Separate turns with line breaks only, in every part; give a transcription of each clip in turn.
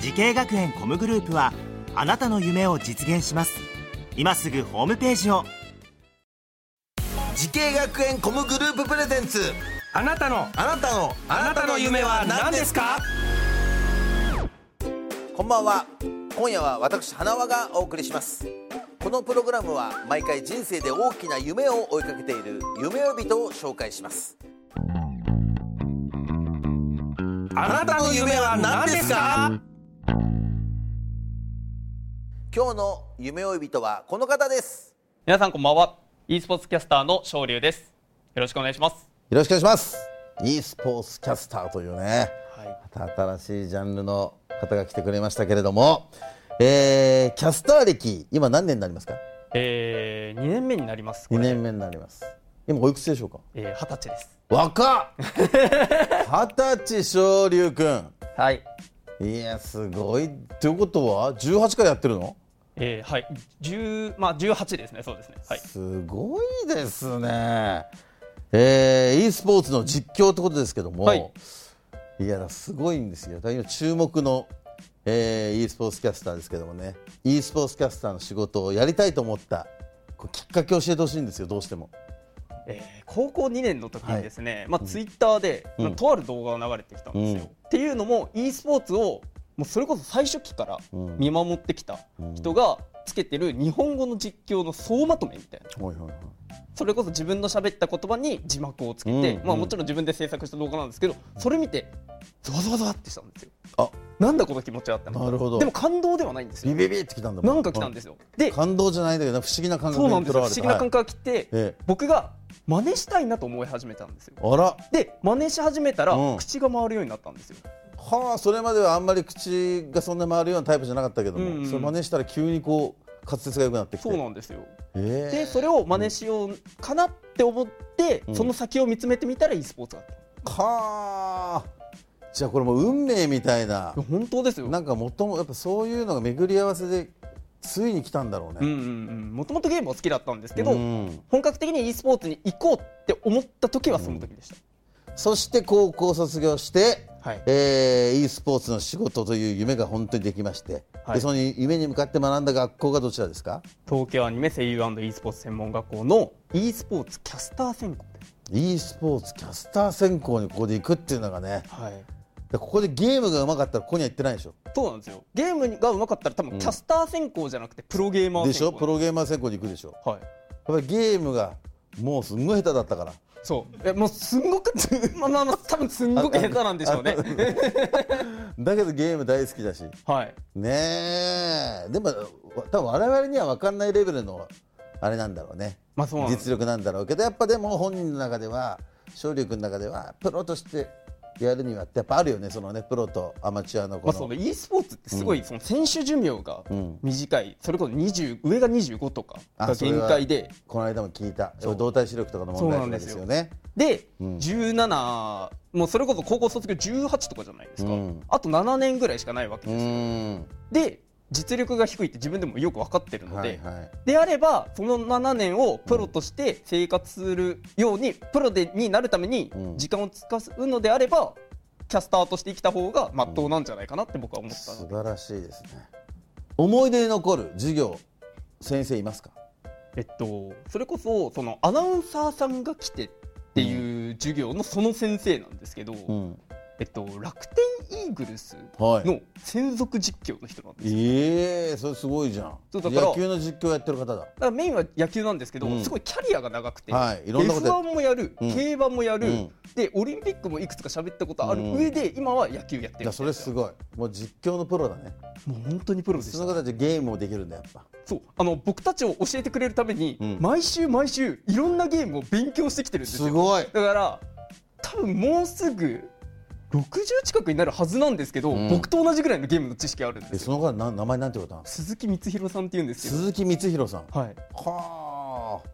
時系学園コムグループはあなたの夢を実現します今すぐホームページを
時系学園コムグループプレゼンツ
あなたの
あなたの
あなたの夢は何ですか
こんばんは今夜は私花輪がお送りしますこのプログラムは毎回人生で大きな夢を追いかけている夢追い人を紹介します
あなたの夢は何ですか
今日の夢追い人はこの方です
皆さんこんばんは e スポーツキャスターの昇龍ですよろしくお願いします
よろしくお願いします。e スポーツキャスターというね、
はい
また新しいジャンルの方が来てくれましたけれども、えーキャスター歴、今何年になりますか
えー、2年目になりますこ
?2
れで
年目になります。今おいくつでしょうか
えー二十歳です
若っ二十歳昇龍く
はい
ん。いや、すごい。ということは、18からやってるの
えー、はい10まあ18ですねそうですねはい
すごいですね。えー、e スポーツの実況ってことですけども、
はい
い、やだすごいんですよ。大変注目の、えー、e スポーツキャスターですけどもね、e スポーツキャスターの仕事をやりたいと思ったこうきっかけを教えてほしいんですよ。どうしても。
えー高校2年の時にですね、まあ、ツイッターで、
うん
まあとある動画が流れてきたんですよ。
うん
っていうのも e スポーツをもうそれこそ最初期から
うん
見守ってきた人がつけてる日本語の実況の総まとめみたいな
はいはいはい。
それこそ自分の喋った言葉に字幕をつけて、
うんうん
まあ、もちろん自分で制作した動画なんですけどそれ見てゾワゾワゾワってしたんですよ。
あ
なんだこの気持ちはって思った
なるほど
でも感動ではないんです
ビ
よ。
ビビってきたんだもん。
なんか来たんです
よ。
よ。で
感動じゃないんだけど不思議な感
そう
覚
なん
に
です
と
よ
ら
不
わ
思議な感覚が
れて。
来て、
ええ
僕が真似したいなと思い始めたんですよ。
はいあら。
で真似し始めたら、
うん
口が回るようになったんですよ
はあそれまではあんまり口がそんな回るようなタイプじゃなかったけども、
うんうん
それ真似したら急にこう滑舌が良くなってきて
そうなんですよ
ええ
でそれを真似しようかなって思って、
うん
その先を見つめてみたら e スポーツだったい
はあじゃあこれもう運命みたい
や
な
本当ですよ
なんかもともやっぱそういうのが巡り合わせでついに来たんだろう
うん
ね、
うんうんもともとゲームは好きだったんですけど、
うん
本格的に e スポーツに行こうって思った時はその時でした、
そして高校卒業して、
はい
えー e スポーツの仕事という夢が本当にできまして、
はい
でその夢に向かって学んだ学校がどちらですか
東京アニメ声優 &e スポーツ専門学校の e スポーツキャスター専攻です
e スポーツキャスター専攻にここで行くっていうのがね
はい
でここでゲームが上手かったらここには行ってないでしょ
そうなんですよゲームが上手かったら多分キャスター専攻じゃなくてプロゲーマー
でし
専
ょ
攻
プロゲーマー専攻に行くでしょ
はい
やっぱりゲームがもうすんごい下手だったから
そうえもうすんごくまあまあまあ多分すんごく下手なんでしょうね
だけどゲーム大好きだし
はい
ねえでもわ多分我々には分かんないレベルのあれなんだろうね
まあそうなんです
実力なんだろうけどやっぱでも本人の中では勝利君の中ではプロとしてやるにはってやっぱあるよねそのねプロとアマチュアの
ま
こ
あそ
の
の e スポーツってすごいその選手寿命が
ん
短い、それこそ20上が25とかが
あそれ
限
は
界で
この間も聞いた動体視力とかの問題とかですよね
で、
ん
17もうそれこそ高校卒業18とかじゃないですか、
うん
あと7年ぐらいしかないわけ
う
ですよ、
ーん
で実力が低いって自分でもよく分かってるの
は
で、
いはい
であればその7年をプロとして生活するように、プロでになるために
うん
時間を使うのであればキャスターとして生きた方がまっとうなんじゃないかなって僕は思った
素
ので、
晴らしいですね思い出に残る授業先生いますか
えっと、それこそそのアナウンサーさんが来てっていう授業のその先生なんですけど、
うん
えっと、楽天イーグルス
はい
の専属実況の人なんですよ
ええそれすごいじゃん
そうだから
野球の実況やってる方だ
だからメインは野球なんですけど、
うん
すごいキャリアが長くて、
はいいろんなことや
F1 もやる、
うん
競馬もやる、
うん
でオリンピックもいくつか喋ったことある上で、今は野球やってる
いやそれすごいもう実況のプロだね
もう本当にプロでし
そ
た
の方たちゲームもできるんだやっぱ
そうあの僕たちを教えてくれるために、
うん
毎週毎週いろんなゲームを勉強してきてるんです
す
よ
ごい
だから多分もうすぐ60近くになるはずなんですけど、
うん
僕と同じぐらいのゲームの知識あるんで
え
す
そ
よ
の方な名前なんて言われたんですか
鈴木光弘さんっていうんですけど
鈴木光弘さん
はい、
はあ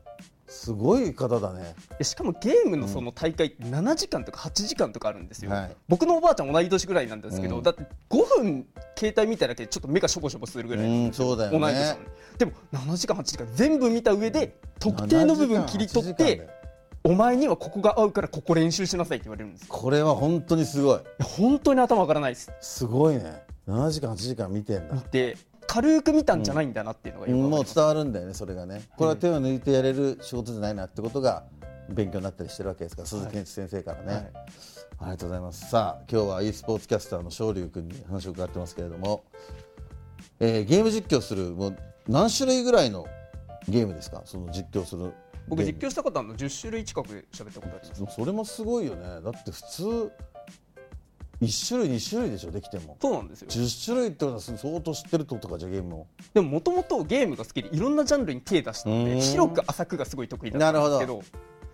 すごい方だね
でしかもゲームのその大会って7時間とか8時間とかあるんですよ、
はい
僕のおばあちゃん同い年ぐらいなんですけど、
うん
だって5分携帯見ただけでちょっと目がしょぼしょぼするぐらい、
うんそうだ
同
よ
い年なの
ね
にでも7時間8時間全部見た上で特定の部分切り取っ
7時間8時
て
間で
お前にはここが合うからここ練習しなさいって言われるんですよ
これは本当にすごい
いや本当に頭上がらないです
すごいね7時間8時間見てんだ
見て軽く見たんじゃないんだなっていうのがよくわかり
も
ま
う
す
伝わるんだよねそれがねこれは手を抜いてやれる仕事じゃないなってことが勉強になったりしてるわけですから鈴木健一先生からね、
はい
ありがとうございますさあ今日は e スポーツキャスターの勝龍君に話を伺ってますけれども、えーゲーム実況するもう何種類ぐらいのゲームですかその実況する
僕実
況
況したことあるの10種類近く喋ったことあります
それもすごいよねだって普通1種類2種類でしょできても
そうなんですよ
10種類ってことは相当知ってるってことかじゃあゲームを
でももともとゲームが好きでいろんなジャンルに手出したの
うーん
で広く浅くがすごい得意だったんですけど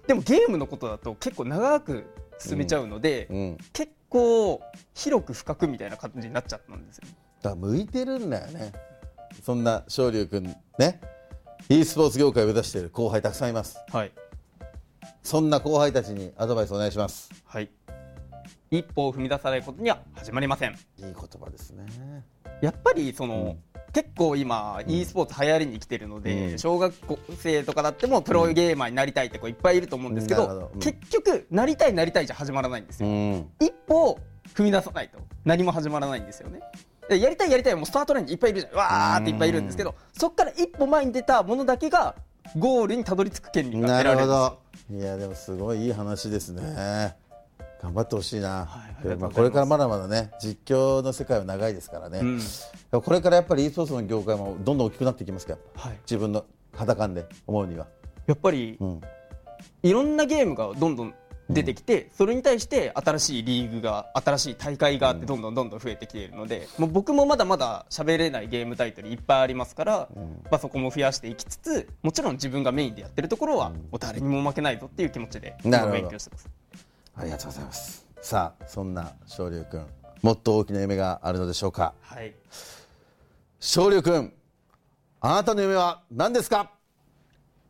でもゲームのことだと結構長く進めちゃうので、
うん
結構広く深くみたいな感じになっちゃったんですよ
だから向いてるんだよねそんな昇龍君ね e スポーツ業界を目指している後輩たくさんいます
はい
そんな後輩たちにアドバイスお願いします
はい一歩を踏み出さないことには始まりません
いい言葉ですね
やっぱりその、結構今、e スポーツ流行りに来てるので、
うん
小学校生とかだってもプロゲーマーになりたいって子いっぱいいると思うんですけ
うんなる
ど
ほどうん
結局なりたいなりたいじゃ始まらないんです
う
よ、
ん
一歩踏み出さないと何も始まらないんですよねでやりたいやりたいもうスタートラインにいっぱいいるじゃんわーっていっぱいいるんですけど、そこから一歩前に出たものだけがゴールにたどり着く権利が
な
得られ
る
る
ほ
んですよ
どいやでもすごいいい話ですね頑張ってほしいな、
はい
で
ありがとうございま
まあ、
す
これからまだまだね実況の世界は長いですからね、
うん
これからやっぱり e スポーツの業界もどんどん大きくなっていきますから
はい、
自分の肌感で思うには、
やっぱり
うん、
いろんなゲームがどんどん出てきて、それに対して新しいリーグが新しい大会があってどんどんどんどん増えてきているので、もう僕もまだまだ喋れないゲームタイトルいっぱいありますから、まあ、そこも増やしていきつつもちろん自分がメインでやってるところは、もう誰にも負けないぞっていう気持ちで
なるほど
勉強してます。
ありがとうございます。さあ、そんな昇龍くん、もっと大きな夢があるのでしょうか。
はい、
昇龍くん、あなたの夢は何ですか。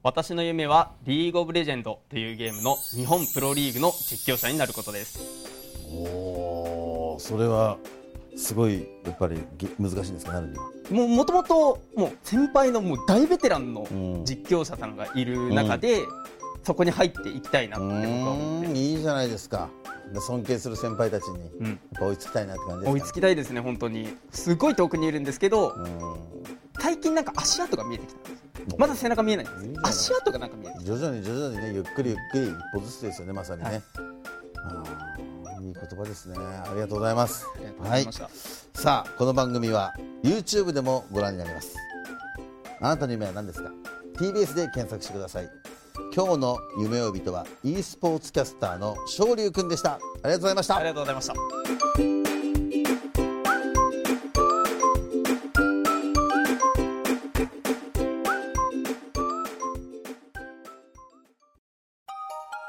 私の夢はリーグオブレジェンドというゲームの日本プロリーグの実況者になることです。
おお、それはすごいやっぱりぎ難しいんですかなるには。
もう元々もう先輩のもう大ベテランの実況者さんがいる中で、そこに入っていきたいなっ
う
て僕は思ってま
ーん、
す
いいじゃないですか。で尊敬する先輩たちに
ん
やっぱ追いつきたいなって感じですか、ね
追いつきたいですね本当にすごい遠くにいるんですけど、
う
最近なんか足跡が見えてきたんですよまだ背中見えないんです
いい
よ
じゃない
足跡がなんか見えてき
ん徐々に徐々にねゆっくりゆっくり一歩ずつですよねまさにね。
はい
あーいい言葉ですね。ありがとうございます。
たありがとうございました、
さあこの番組は YouTube でもご覧になりますあなたの夢は何ですか TBS で検索してください今日の夢呼人は e スポーツキャスターの昇龍くんでしたありがとうございました
ありがとうございました